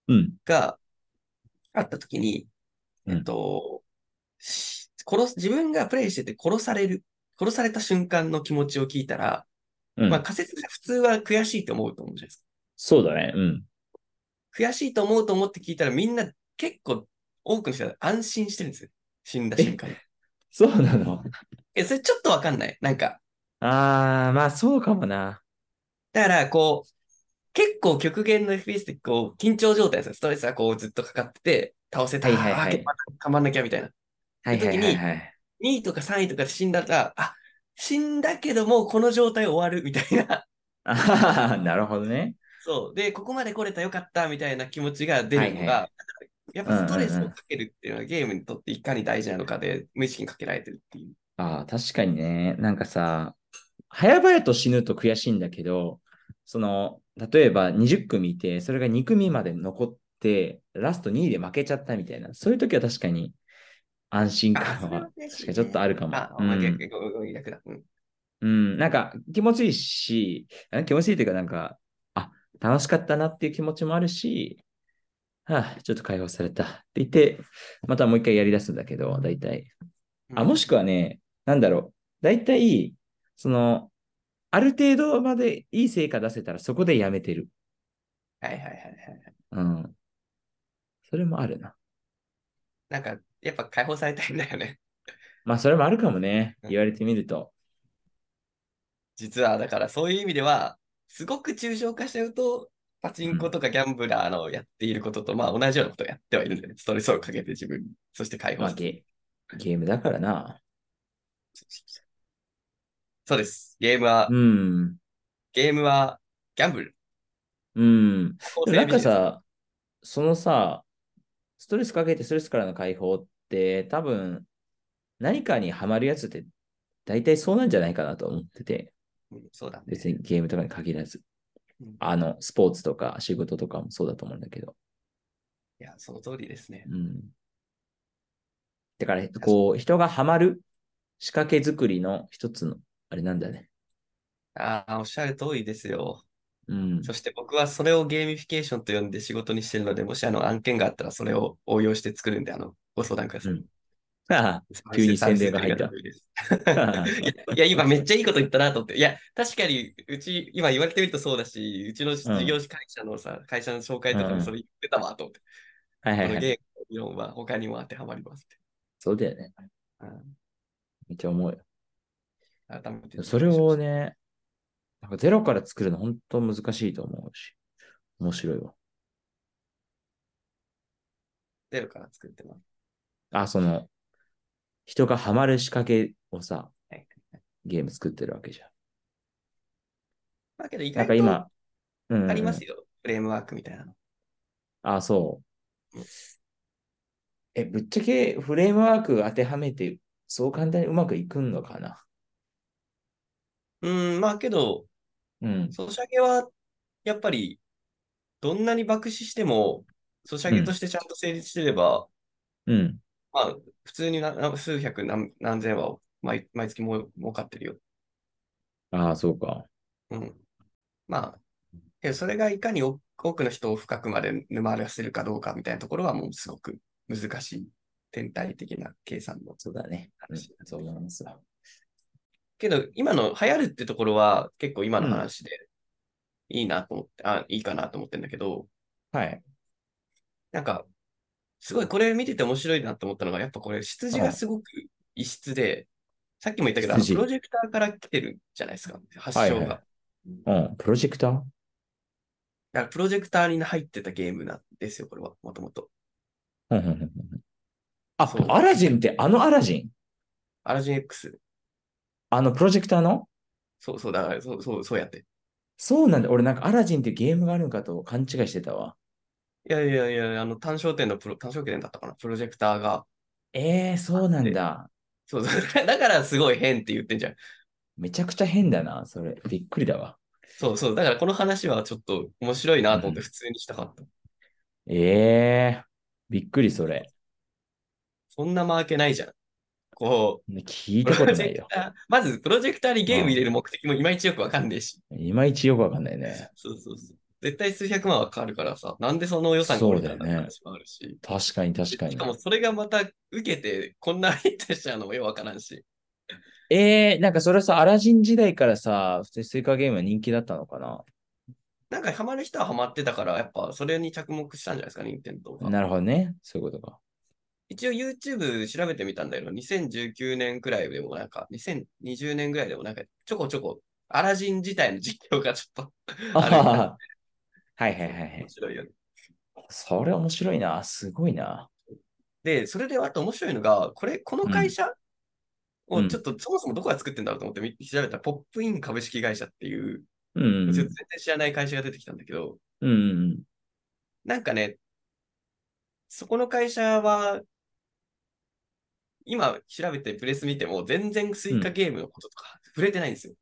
[SPEAKER 2] うん。
[SPEAKER 1] があったときに、
[SPEAKER 2] うん
[SPEAKER 1] えっと、し殺す、自分がプレイしてて殺される、殺された瞬間の気持ちを聞いたら、
[SPEAKER 2] うん
[SPEAKER 1] まあ仮説で普通は悔しいと思うと思うじゃないです
[SPEAKER 2] そうだね。うん。
[SPEAKER 1] か。悔しいと思うと思って聞いたらみんな結構多くの人が安心してるんですよ。死んだ瞬間に。
[SPEAKER 2] そうなの。
[SPEAKER 1] え、それちょっとわかんない。なんか、
[SPEAKER 2] あー、まあそうかもな。
[SPEAKER 1] だからこう、結構極限の FPS ってこう緊張状態ですよ。ストレスがこうずっとかかってて、倒せた、
[SPEAKER 2] はいはいはい
[SPEAKER 1] あー頑張んなきゃみたいな。
[SPEAKER 2] はいはいはい、はい。
[SPEAKER 1] 2位とか3位とかで死んだら、あ、死んだけどもうこの状態終わるみたいな。
[SPEAKER 2] あはははなるほどね。
[SPEAKER 1] そう。で、ここまで来れたよかったみたいな気持ちが出るのが、
[SPEAKER 2] はいは
[SPEAKER 1] やっぱストレス
[SPEAKER 2] うんうんう
[SPEAKER 1] を
[SPEAKER 2] ん
[SPEAKER 1] かけるっていうのはゲームにとっていかに大事なのかで、無意識にかけられてるっていう。
[SPEAKER 2] ああ、確かにね。なんかさ、早々と死ぬと悔しいんだけど、その、例えば20組いて、それが2組まで残って、ラスト2位で負けちゃったみたいな、そういう時は確かに安心感
[SPEAKER 1] あそれ
[SPEAKER 2] は
[SPEAKER 1] は嬉しい
[SPEAKER 2] 確
[SPEAKER 1] ね
[SPEAKER 2] かにちょっとあるかも。
[SPEAKER 1] あ、
[SPEAKER 2] う
[SPEAKER 1] お前、
[SPEAKER 2] ん、
[SPEAKER 1] 逆ごご逆だ。うん。
[SPEAKER 2] うんなんか気持ちいいし、あ気持ちいいというか、なんか、あ、楽しかったなっていう気持ちもあるし、はあ、ちょっと解放されたって言って、またもう一回やり出すんだけど、だいたい。あ、もしくはね、なんだろう。大体、その、ある程度までいい成果出せたらそこでやめてる。
[SPEAKER 1] はいはいはいはい。
[SPEAKER 2] うん。それもあるな。
[SPEAKER 1] なんか、やっぱ解放されたいんだよね。
[SPEAKER 2] まあ、それもあるかもね。
[SPEAKER 1] うん
[SPEAKER 2] 言われてみると。
[SPEAKER 1] 実は、だからそういう意味では、すごく抽象化しちゃうと、パチンコとかギャンブラーのやっていることと、まあ同じようなことをやってはいるんだよね。ストレスをかけて自分に、そして解
[SPEAKER 2] ま
[SPEAKER 1] 放
[SPEAKER 2] あ、
[SPEAKER 1] する。
[SPEAKER 2] ゲゲームだからな。
[SPEAKER 1] そうです。ゲームは、
[SPEAKER 2] うん。
[SPEAKER 1] ゲームはギャンブル。
[SPEAKER 2] うん。でもな
[SPEAKER 1] 構成
[SPEAKER 2] んか
[SPEAKER 1] ビジネス、
[SPEAKER 2] さ、そのさ、ストレスかけてストレスからの解放って、多分、何かにハマるやつって大体そうなんじゃないかなと思ってて、
[SPEAKER 1] うんそうだね。
[SPEAKER 2] 別にゲームとかに限らず
[SPEAKER 1] うん、
[SPEAKER 2] あの、スポーツとか仕事とかもそうだと思うんだけど。
[SPEAKER 1] いや、その通りですね。
[SPEAKER 2] うん。だから、こう、人がハマる仕掛け作りの一つの、あれなんだね。
[SPEAKER 1] ああ、おっしゃる通りですよ。
[SPEAKER 2] うん。
[SPEAKER 1] そして僕はそれをゲーミフィケーションと呼んで仕事にしてるので、もしあの案件があったらそれを応用して作るんで、あの、ご相談ください。
[SPEAKER 2] うんあ急に宣伝が入った
[SPEAKER 1] サービス作り方の理由ですいや、いや今めっちゃいいこと言ったなと思って。いや、確かに、うち、今言われてみるとそうだし、うちの事業会社のさ、会社の紹介とかもそれ言ってたわと思って。
[SPEAKER 2] あ、はいは
[SPEAKER 1] こ
[SPEAKER 2] い
[SPEAKER 1] の
[SPEAKER 2] はい。
[SPEAKER 1] ゲームの理論は他にも当てはまります
[SPEAKER 2] そうだよね。
[SPEAKER 1] って。
[SPEAKER 2] めっちゃ思うよ。
[SPEAKER 1] うん、改めて。
[SPEAKER 2] それを。ね、なんかゼロから作るの本当難しいと思うし、面白いわ。
[SPEAKER 1] ゼロから作ってます。
[SPEAKER 2] あ、その、人がハマる仕掛けをさ
[SPEAKER 1] はい、
[SPEAKER 2] ゲーム作ってるわけじゃん。
[SPEAKER 1] だけど意
[SPEAKER 2] なん
[SPEAKER 1] 外
[SPEAKER 2] か
[SPEAKER 1] と
[SPEAKER 2] 今、うん
[SPEAKER 1] ありますよ。フレームワークみたいなの。
[SPEAKER 2] あ、そう
[SPEAKER 1] うん。
[SPEAKER 2] え、ぶっちゃけフレームワーク当てはめて、そう簡単にうまくいくのかな
[SPEAKER 1] うん、まあけど、
[SPEAKER 2] うん。
[SPEAKER 1] ソシャゲは、やっぱり、どんなに爆死しても、ソシャゲとしてちゃんと成立してれば、
[SPEAKER 2] うん。
[SPEAKER 1] まあ、普通になな数百何何千は毎毎月も儲かってるよ。
[SPEAKER 2] ああ、そうか。
[SPEAKER 1] うん。まあ、けどそれがいかに多多くの人を深くまで沼らせるかどうかみたいなところは、もうすごく難しい、天体的な計算の。
[SPEAKER 2] そうだね。うん
[SPEAKER 1] 話だ
[SPEAKER 2] そう思いますわ。
[SPEAKER 1] けど、今の流行るってところは、結構今の話で、いいなと思って、あ、いいかなと思ってるんだけど、
[SPEAKER 2] はい。
[SPEAKER 1] なんか、すごいこれ見てて面白いなと思ったのが、やっぱこれ、出自がすごく異質で、さっきも言ったけど、あの
[SPEAKER 2] 羊
[SPEAKER 1] プロジェクターから来てるじゃないですか、発
[SPEAKER 2] はい
[SPEAKER 1] 祥
[SPEAKER 2] はい
[SPEAKER 1] が。
[SPEAKER 2] うん。プロジェクター
[SPEAKER 1] だからプロジェクターに入ってたゲームなんですよ、これは、もともと。
[SPEAKER 2] うんうんうんうんあ
[SPEAKER 1] そう、
[SPEAKER 2] アラジンってあのアラジン
[SPEAKER 1] アラジン X。
[SPEAKER 2] あのプロジェクターの
[SPEAKER 1] そうそう、だから、そう、そう、そうやって。
[SPEAKER 2] そうなんだ。俺なんかアラジンってゲームがあるのかと勘違いしてたわ。
[SPEAKER 1] いやいやいや、あの、単焦点のプロ、単焦点だったかな、プロジェクターが。
[SPEAKER 2] ええー、そうなんだ。
[SPEAKER 1] そうそう、だからすごい変って言ってんじゃん。
[SPEAKER 2] めちゃくちゃ変だな。それ。びっくりだわ。
[SPEAKER 1] そうそう、だからこの話はちょっと面白いなと思って、普通にしたかった。
[SPEAKER 2] ええー、びっくりそれ。
[SPEAKER 1] そんなマーケないじゃん。こう、
[SPEAKER 2] 聞いたこと ない
[SPEAKER 1] プロジェ
[SPEAKER 2] よ。
[SPEAKER 1] クターまず、プロジェクターにゲーム入れる目的もいまいちよくわかんねえし。
[SPEAKER 2] いまいちよくわかんないね。
[SPEAKER 1] そうそうそう。絶対数百万はかかるからさ、なんでその予算が降りたんだって
[SPEAKER 2] そうだよね
[SPEAKER 1] 話もあるし。
[SPEAKER 2] 確かに確か
[SPEAKER 1] し
[SPEAKER 2] に
[SPEAKER 1] か。もそれがまた受けて、こんなヒットしちゃうのもよくわからんし。
[SPEAKER 2] ええー、なんかそれはさ、アラジン時代からさ、普通にスイカゲームは人気だったのかな
[SPEAKER 1] なんかハマる人はハマってたから、やっぱそれに着目したんじゃないですか、任天堂が。
[SPEAKER 2] なるほどね。そういうことか。
[SPEAKER 1] 一応 YouTube 調べてみたんだけど、2019年くらいでもなんか、2020年ぐらいでもなんか、ちょこちょこ、アラジン自体の実況がちょっと
[SPEAKER 2] あはは
[SPEAKER 1] あ
[SPEAKER 2] はいはいはいはい
[SPEAKER 1] 面。白いよね。
[SPEAKER 2] それ面白いな。すごいな。
[SPEAKER 1] で、それであと面白いのが、これ、この会社
[SPEAKER 2] う
[SPEAKER 1] を
[SPEAKER 2] ん
[SPEAKER 1] ちょっとそもそもどこが作ってんだろうと思ってみ調べたら、ポップイン株式会社っていう、
[SPEAKER 2] うんうんうん。
[SPEAKER 1] 全然知らない会社が出てきたんだけど、
[SPEAKER 2] うんうんうん。
[SPEAKER 1] なんかね、そこの会社は、今調べてプレス見ても、全然スイカゲームのこととか触れてないんですよ。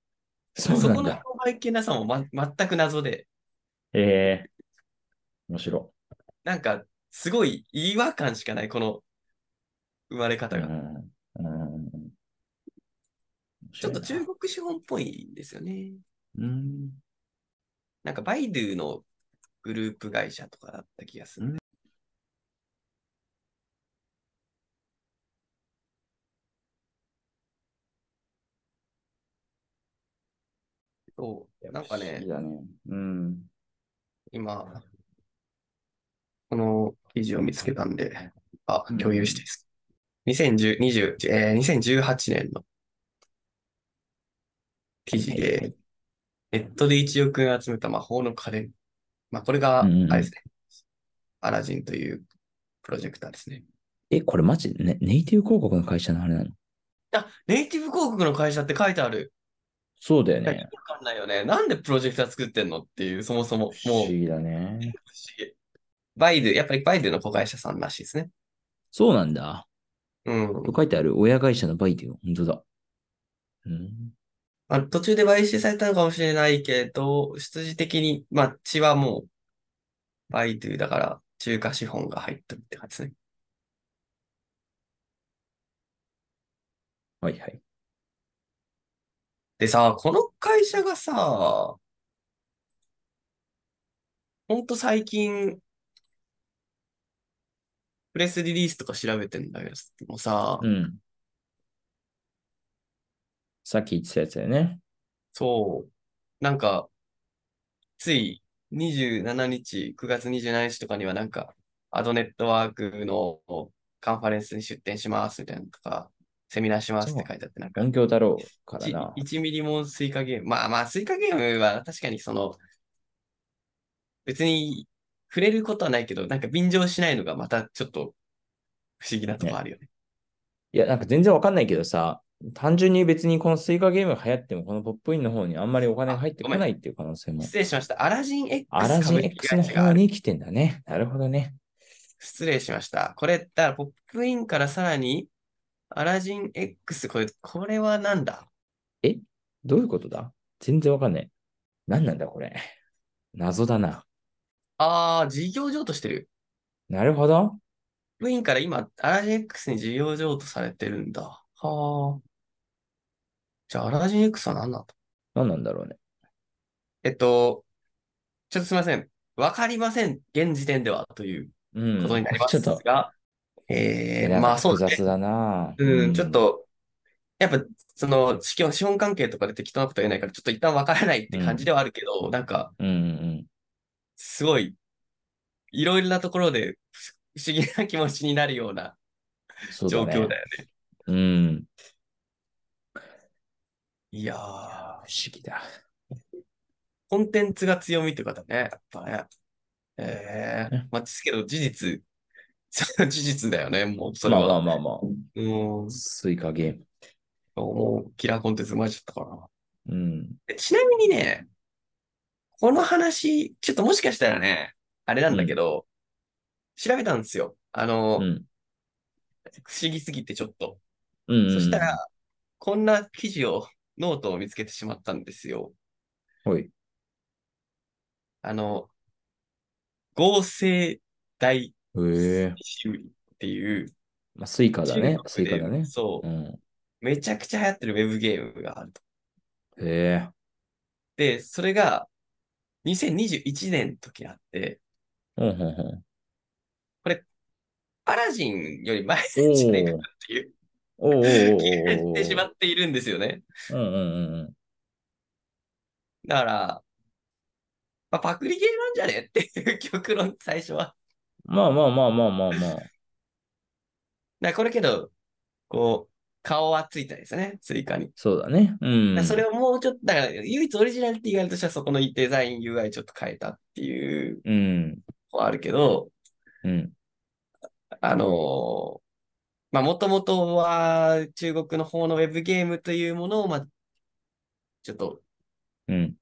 [SPEAKER 2] そう
[SPEAKER 1] そ
[SPEAKER 2] な
[SPEAKER 1] こ
[SPEAKER 2] ん
[SPEAKER 1] の
[SPEAKER 2] だ。
[SPEAKER 1] 商売系なさも、ま、全く謎で、
[SPEAKER 2] ええ面白
[SPEAKER 1] なんか、すごい違和感しかない、この生まれ
[SPEAKER 2] い。
[SPEAKER 1] 方
[SPEAKER 2] う
[SPEAKER 1] が。
[SPEAKER 2] んうんうん
[SPEAKER 1] ちょっと中国資本っぽいんですよね。
[SPEAKER 2] うん。
[SPEAKER 1] なんかバイドゥのグループ会社とかだった気がする。
[SPEAKER 2] うん
[SPEAKER 1] そう、なんかね、
[SPEAKER 2] だね。うん。
[SPEAKER 1] 今、この記事を見つけたんで、あ、
[SPEAKER 2] うん
[SPEAKER 1] 共有していいですか。2010 20えー2018年の記事
[SPEAKER 2] はいはい
[SPEAKER 1] で、ネットで1億円集めた魔法の家電。まあ、これが、あ
[SPEAKER 2] うんうんうん
[SPEAKER 1] れですね。アラジンというプロジェクターですね。
[SPEAKER 2] え、これマジ、ね、ネイティブ広告の会社のあれなの
[SPEAKER 1] あ、ネイティブ広告の会社って書いてある。
[SPEAKER 2] そうだよ
[SPEAKER 1] いや、意味
[SPEAKER 2] ね。
[SPEAKER 1] わかんないよね。なんでプロジェクター作ってんのっていう、そもそも。もう、
[SPEAKER 2] 不思議だね。
[SPEAKER 1] 不思議バイドゥ、やっぱりバイドゥの子会社さんらしいですね。
[SPEAKER 2] そうなんだ。
[SPEAKER 1] うん。
[SPEAKER 2] と書いてある親会社のバイデン。本当だ。うん。
[SPEAKER 1] まあ、途中で買収されたのかもしれないけど、出自的に、まあ、血はもう、バイドゥだから、中華資本が入ってるって感じですね。
[SPEAKER 2] はいはい。
[SPEAKER 1] でさ、この会社がさ、ほんと最近、プレスリリースとか調べてんだけど、もうさ、
[SPEAKER 2] うん。さっき言ってたやつだよね。
[SPEAKER 1] そう、なんか、つい27日、9月27日とかにはなんか、アドネットワークのカンファレンスに出展しますみたいなのとか、セミナーしますって書いてあって、なんか、
[SPEAKER 2] 環境太郎から
[SPEAKER 1] ち
[SPEAKER 2] な。
[SPEAKER 1] 1ミリもスイカゲーム。まあまあ、スイカゲームは確かにその、別に触れることはないけど、なんか便乗しないのがまたちょっと不思議なとこあるよね。
[SPEAKER 2] いや、なんか全然わかんないけどさ、単純に別にこのスイカゲームが流行っても、このポップインの方にあんまりお金が入ってこないっていう可能性も。
[SPEAKER 1] 失礼しました。アラジン X
[SPEAKER 2] アラジン
[SPEAKER 1] 株式
[SPEAKER 2] X
[SPEAKER 1] 会
[SPEAKER 2] の
[SPEAKER 1] 社があ
[SPEAKER 2] 方
[SPEAKER 1] る。
[SPEAKER 2] に来てんだね。なるほどね。
[SPEAKER 1] 失礼しました。これ、だからポップインからさらに、アラジン X、これ、これはなんだ
[SPEAKER 2] どういうことだ全然わかんない。何なんだこれ。謎だな。
[SPEAKER 1] ああ、事業譲渡してる。
[SPEAKER 2] なるほど。
[SPEAKER 1] ポップインから今、アラジン X に事業譲渡されてるんだ。はあ。じゃあ、アラジン X は何なんだ
[SPEAKER 2] 何なんだろうね。
[SPEAKER 1] えっと、ちょっとすみません。わかりません。現時点ではという
[SPEAKER 2] うん。
[SPEAKER 1] ことになります
[SPEAKER 2] ちょっと、
[SPEAKER 1] が、えー、
[SPEAKER 2] なんか
[SPEAKER 1] まあそうですね。
[SPEAKER 2] 複雑だな。
[SPEAKER 1] うん、ちょっ。と、やっぱ、その、資本資本関係とかで適当なことは言えないから、ちょっと一旦わからないって感じではあるけど、なんか、
[SPEAKER 2] うんうん
[SPEAKER 1] すごい、いろいろなところで不思議な気持ちになるような
[SPEAKER 2] うん。そう
[SPEAKER 1] 状
[SPEAKER 2] だ
[SPEAKER 1] 況
[SPEAKER 2] ね。
[SPEAKER 1] だよね。
[SPEAKER 2] うん。
[SPEAKER 1] いやー、
[SPEAKER 2] 不思議だ。
[SPEAKER 1] コンテンツが強みってことね、やっぱね。ええ
[SPEAKER 2] ね
[SPEAKER 1] まあ、ですけど、事実、 その事実だよね、もう、それ
[SPEAKER 2] まあま
[SPEAKER 1] は。
[SPEAKER 2] あまあまあ。
[SPEAKER 1] うん。
[SPEAKER 2] スイカゲーム。
[SPEAKER 1] もうキラーコンテンツ生まれちゃったからな
[SPEAKER 2] うん。
[SPEAKER 1] えちなみにね、この話、ちょっともしかしたらね、あれなんだけど、調べたんですよ。あの、
[SPEAKER 2] うん。
[SPEAKER 1] 不思議すぎてちょっと。
[SPEAKER 2] うん。
[SPEAKER 1] そしたら、こんな記事を、ノートを見つけてしまったんですよ。
[SPEAKER 2] うん、はい。
[SPEAKER 1] あの、合成大
[SPEAKER 2] へえ。
[SPEAKER 1] 修理っていう、
[SPEAKER 2] まあ、スイカだね
[SPEAKER 1] 中。国
[SPEAKER 2] スイカ
[SPEAKER 1] で
[SPEAKER 2] だね。
[SPEAKER 1] そうう、
[SPEAKER 2] ん。へ
[SPEAKER 1] めちゃくちゃ流行ってるウェブゲームがあると。
[SPEAKER 2] え。
[SPEAKER 1] で、それが、2021年の時あって、
[SPEAKER 2] うんうんうん。
[SPEAKER 1] アラジンより前
[SPEAKER 2] お
[SPEAKER 1] なんじゃないか
[SPEAKER 2] ー
[SPEAKER 1] なっていう
[SPEAKER 2] おーおーお
[SPEAKER 1] 気が
[SPEAKER 2] ーおー
[SPEAKER 1] してしまっているんですよね。
[SPEAKER 2] うんうんうんうん。
[SPEAKER 1] だから、まあ、パクリゲーなんじゃねっていう極論最初は。
[SPEAKER 2] まあまあまあまあまあまあ。
[SPEAKER 1] だからこれけど、こう、顔はついたですね、追加に。
[SPEAKER 2] そうだね。う
[SPEAKER 1] だから
[SPEAKER 2] ん。
[SPEAKER 1] それをもうちょっと、だから唯一オリジナリティがあるとしたらそこのデザイン UI ちょっと変えたっていう
[SPEAKER 2] うん。
[SPEAKER 1] のはあるけど、
[SPEAKER 2] うん。
[SPEAKER 1] あのーまあ、もともとは中国の方のウェブゲームというものを、まあ、ちょっと
[SPEAKER 2] うん。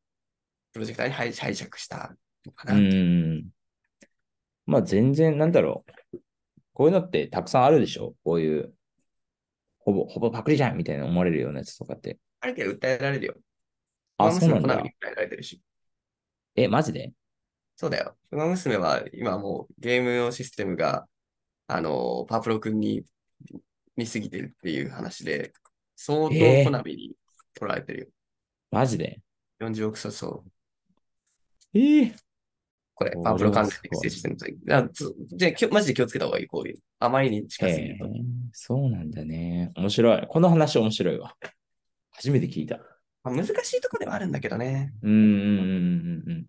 [SPEAKER 1] プロジェクターに拝拝借したのか
[SPEAKER 2] う
[SPEAKER 1] な。
[SPEAKER 2] ん。まあ全然、なんだろう。こういうのってたくさんあるでしょこういう、ほぼ、ほぼパクリじゃんみたいな思われるようなやつとかって。
[SPEAKER 1] あるけど訴えられるよ。
[SPEAKER 2] あ、
[SPEAKER 1] 馬
[SPEAKER 2] そう
[SPEAKER 1] 娘も
[SPEAKER 2] なん
[SPEAKER 1] コナミ
[SPEAKER 2] だ
[SPEAKER 1] に。訴えられてるし。
[SPEAKER 2] え、マジで
[SPEAKER 1] そうだよ。ウマ娘は今もうゲームのシステムが、あの、パワプロ君に見すぎてるっていう話で、相当
[SPEAKER 2] えー
[SPEAKER 1] コナミに取られてるよ。
[SPEAKER 2] マジで
[SPEAKER 1] 40億そうそう。
[SPEAKER 2] ええ
[SPEAKER 1] これ
[SPEAKER 2] これ、は
[SPEAKER 1] パワプロ関連
[SPEAKER 2] すごい
[SPEAKER 1] 育成システムと。あつじゃあきょ、マジで気をつけた方がいい、こういう。あまりに近すぎ
[SPEAKER 2] へ
[SPEAKER 1] る
[SPEAKER 2] え
[SPEAKER 1] と。
[SPEAKER 2] そうなんだね。面白い。この話面白いわ。初めて聞いた。
[SPEAKER 1] まあ、難しいとこではあるんだけどね。
[SPEAKER 2] うんうんうんうんうん。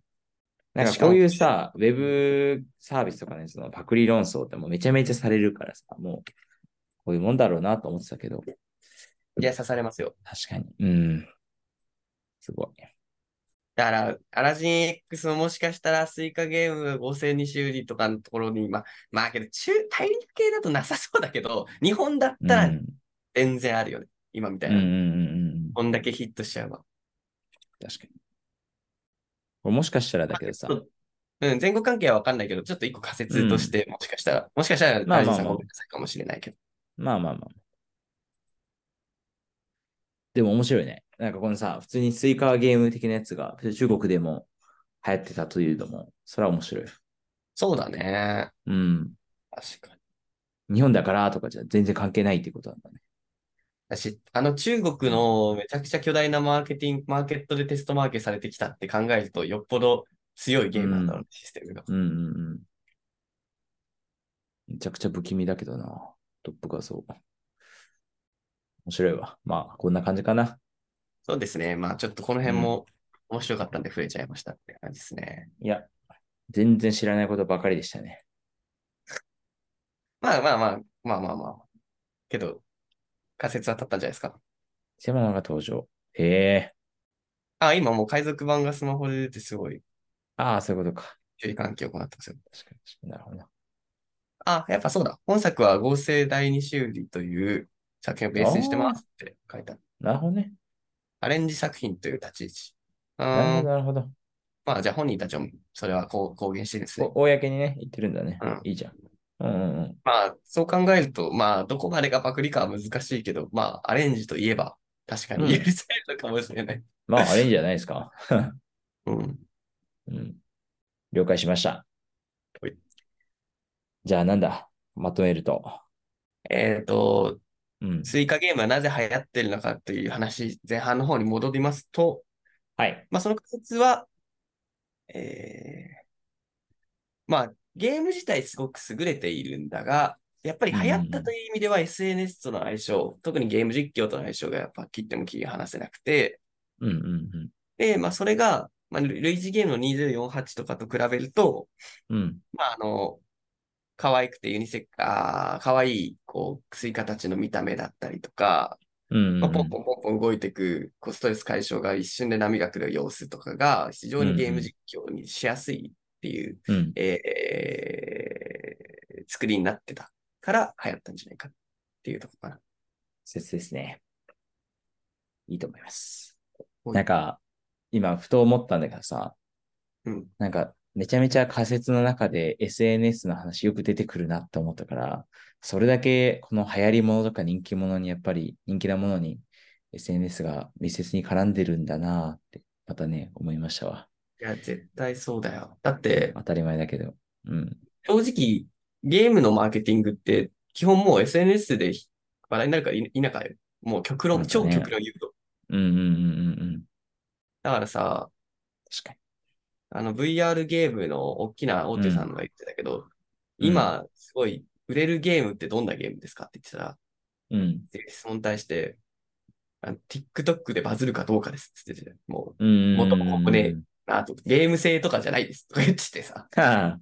[SPEAKER 2] なんかこういうさ、ウェブサービスとかね、そのパクリ論争ってもうめちゃめちゃされるからさ、もうこういうもんだろうなと思ってたけど、確
[SPEAKER 1] いや、刺されますよ。
[SPEAKER 2] かに。うん。すごい。
[SPEAKER 1] だから、アラジン X ももしかしたらスイカゲームが5000に修理とかのところに、まあ、まあけど、中、大陸系だとなさそうだけど、日本だっ
[SPEAKER 2] うん。
[SPEAKER 1] た
[SPEAKER 2] う
[SPEAKER 1] ら
[SPEAKER 2] ん
[SPEAKER 1] 全然あるよね。今みたい
[SPEAKER 2] うんう
[SPEAKER 1] な。
[SPEAKER 2] んうん。
[SPEAKER 1] こんだけヒットしちゃえば。
[SPEAKER 2] 確かに。これもしかしたらだけどさ、
[SPEAKER 1] うん、前後関係は分かんないけど、ちょっと一個仮説として、もしかしたら、もしかしたら、
[SPEAKER 2] まあまあ
[SPEAKER 1] 大臣さん
[SPEAKER 2] まあ
[SPEAKER 1] ごめんなさいかもしれないけど。
[SPEAKER 2] まあまあまあ。でも面白いね。なんかこのさ、普通にスイカゲーム的なやつが中国でも流行ってたというのも、それは面白い。
[SPEAKER 1] そうだね。
[SPEAKER 2] うん。
[SPEAKER 1] 確かに。
[SPEAKER 2] 日本だからとかじゃ全然関係ないってことなんだね。
[SPEAKER 1] 私、あの中国のめちゃくちゃ巨大なマーケティング、マーケットでテストマーケされてきたって考えると、よっぽど強いゲームなんだろうね、システムが。
[SPEAKER 2] うんうんうん。めちゃくちゃ不気味だけどな。トップ画像。面白いわ。まあ、こんな感じかな。
[SPEAKER 1] そうですね。まあちょっとこの辺も面白かったんで増えちゃいましたって感じですね。
[SPEAKER 2] いや、全然知らないことばかりでしたね。
[SPEAKER 1] まあまあまあ、まあまあまあ。けど、仮説は立ったんじゃないですか。
[SPEAKER 2] セマナが登場。へえ。
[SPEAKER 1] あ、今もう海賊版がスマホで出てすごい
[SPEAKER 2] ああ、そういうことか。
[SPEAKER 1] 注意喚起を行ってますよ。
[SPEAKER 2] 確かに。確かになるほどな。
[SPEAKER 1] あ、やっぱそうだ。本作は合成第二修理という作品をベースにしてますって書いてある。
[SPEAKER 2] なるほどね。
[SPEAKER 1] アレンジ作品という立ち位置。うー
[SPEAKER 2] なるほ
[SPEAKER 1] ん
[SPEAKER 2] ど、。なるほど。
[SPEAKER 1] まあじゃあ本人たちもそれはこう公言してるんですね。
[SPEAKER 2] お公にね、言ってるんだね。
[SPEAKER 1] うん
[SPEAKER 2] いいじゃん。うんうんうん。
[SPEAKER 1] まあそう考えると、まあどこまでがパクリかは難しいけど、まあアレンジといえば確かに許されるのかもしれない。
[SPEAKER 2] まあ、アレンジじゃないですか。
[SPEAKER 1] うん
[SPEAKER 2] うん。了解しました。
[SPEAKER 1] はい
[SPEAKER 2] じゃあ、なんだまとめると。
[SPEAKER 1] えっ、と、
[SPEAKER 2] うん。
[SPEAKER 1] スイカゲームはなぜ流行ってるのかという話、前半の方に戻りますと、
[SPEAKER 2] はい。
[SPEAKER 1] まあ、その仮説は、えーまあ、ゲーム自体すごく優れているんだが、やっぱり流行ったという意味では SNS との相性、特にゲーム実況との相性がやっぱ切っても切り離せなくて、
[SPEAKER 2] うんうん
[SPEAKER 1] で、まあ、それが、まあ、類似ゲームの2048とかと比べると、
[SPEAKER 2] うん。うん。
[SPEAKER 1] まあ、あの、可愛くてユニセック、あー可愛い、こう、スイカたちの見た目だったりとか、
[SPEAKER 2] うんうん
[SPEAKER 1] まあ、ポ
[SPEAKER 2] う
[SPEAKER 1] ン
[SPEAKER 2] ん。
[SPEAKER 1] ポンポンポン動いていく、こう、ストレス解消が一瞬で波が来る様子とかが、非常にゲーム実況にしやすいっていう、
[SPEAKER 2] うん。
[SPEAKER 1] えー作りになってたから流行ったんじゃないかっていうところか
[SPEAKER 2] 説ですね。いいと思います。
[SPEAKER 1] はい
[SPEAKER 2] なんか、今、ふと思ったんだけどさ、
[SPEAKER 1] な。うん。
[SPEAKER 2] なんか、めちゃめちゃ仮説の中で SNS の話よく出てくるなって思ったから、それだけこの流行りものとか人気ものにやっぱり人気なものに SNS が密接に絡んでるんだなって、またね、思いましたわ。
[SPEAKER 1] いや、絶対そうだよ。だって、
[SPEAKER 2] 当たり前だけど。うん。
[SPEAKER 1] 正直、ゲームのマーケティングって、基本もう SNS で話題になるかい否かよ。もう極論、
[SPEAKER 2] なんか
[SPEAKER 1] 超
[SPEAKER 2] ね
[SPEAKER 1] 極論言うと。
[SPEAKER 2] うんうんうんうんうん。
[SPEAKER 1] だからさ、
[SPEAKER 2] 確か
[SPEAKER 1] あの VR ゲームの大きな大手さんが言ってたけど、
[SPEAKER 2] うん
[SPEAKER 1] 今、すごい、売れるゲームってどんなゲームですかって言ってたら、
[SPEAKER 2] に。うん。
[SPEAKER 1] 質問に対して、あの TikTok でバズるかどうかですって言ってて、も
[SPEAKER 2] うんうんうん。
[SPEAKER 1] 元も子ねう、あとゲーム性とかじゃないですとか言っててさ、
[SPEAKER 2] は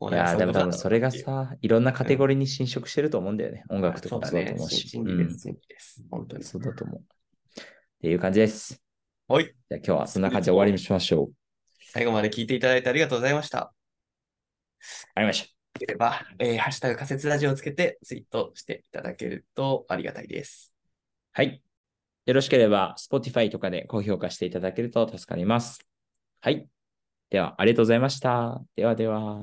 [SPEAKER 1] も
[SPEAKER 2] あ。
[SPEAKER 1] う
[SPEAKER 2] い
[SPEAKER 1] なんか
[SPEAKER 2] やー、
[SPEAKER 1] んな
[SPEAKER 2] でも
[SPEAKER 1] ことなんだ
[SPEAKER 2] 多分
[SPEAKER 1] ろう
[SPEAKER 2] それが
[SPEAKER 1] っていう、
[SPEAKER 2] さ、いろんなカテゴリーに侵食してると思うんだよね。音楽とか
[SPEAKER 1] そう
[SPEAKER 2] も
[SPEAKER 1] だ
[SPEAKER 2] そうだと
[SPEAKER 1] ね、
[SPEAKER 2] 思うし。
[SPEAKER 1] 心理です、心理です、本当
[SPEAKER 2] うん
[SPEAKER 1] に。
[SPEAKER 2] そうだと思う。っていう感じです。
[SPEAKER 1] はい。
[SPEAKER 2] じゃあ今日はそんな感じで終わりにしましょう。
[SPEAKER 1] 最後まで聞いていただいてありがとうございました。
[SPEAKER 2] ありました。
[SPEAKER 1] よければ、えーハッシュタグ仮説ラジオをつけてツイートしていただけるとありがたいです。
[SPEAKER 2] はい。よろしければ、Spotify とかで高評価していただけると助かります。はい。では、ありがとうございました。ではでは。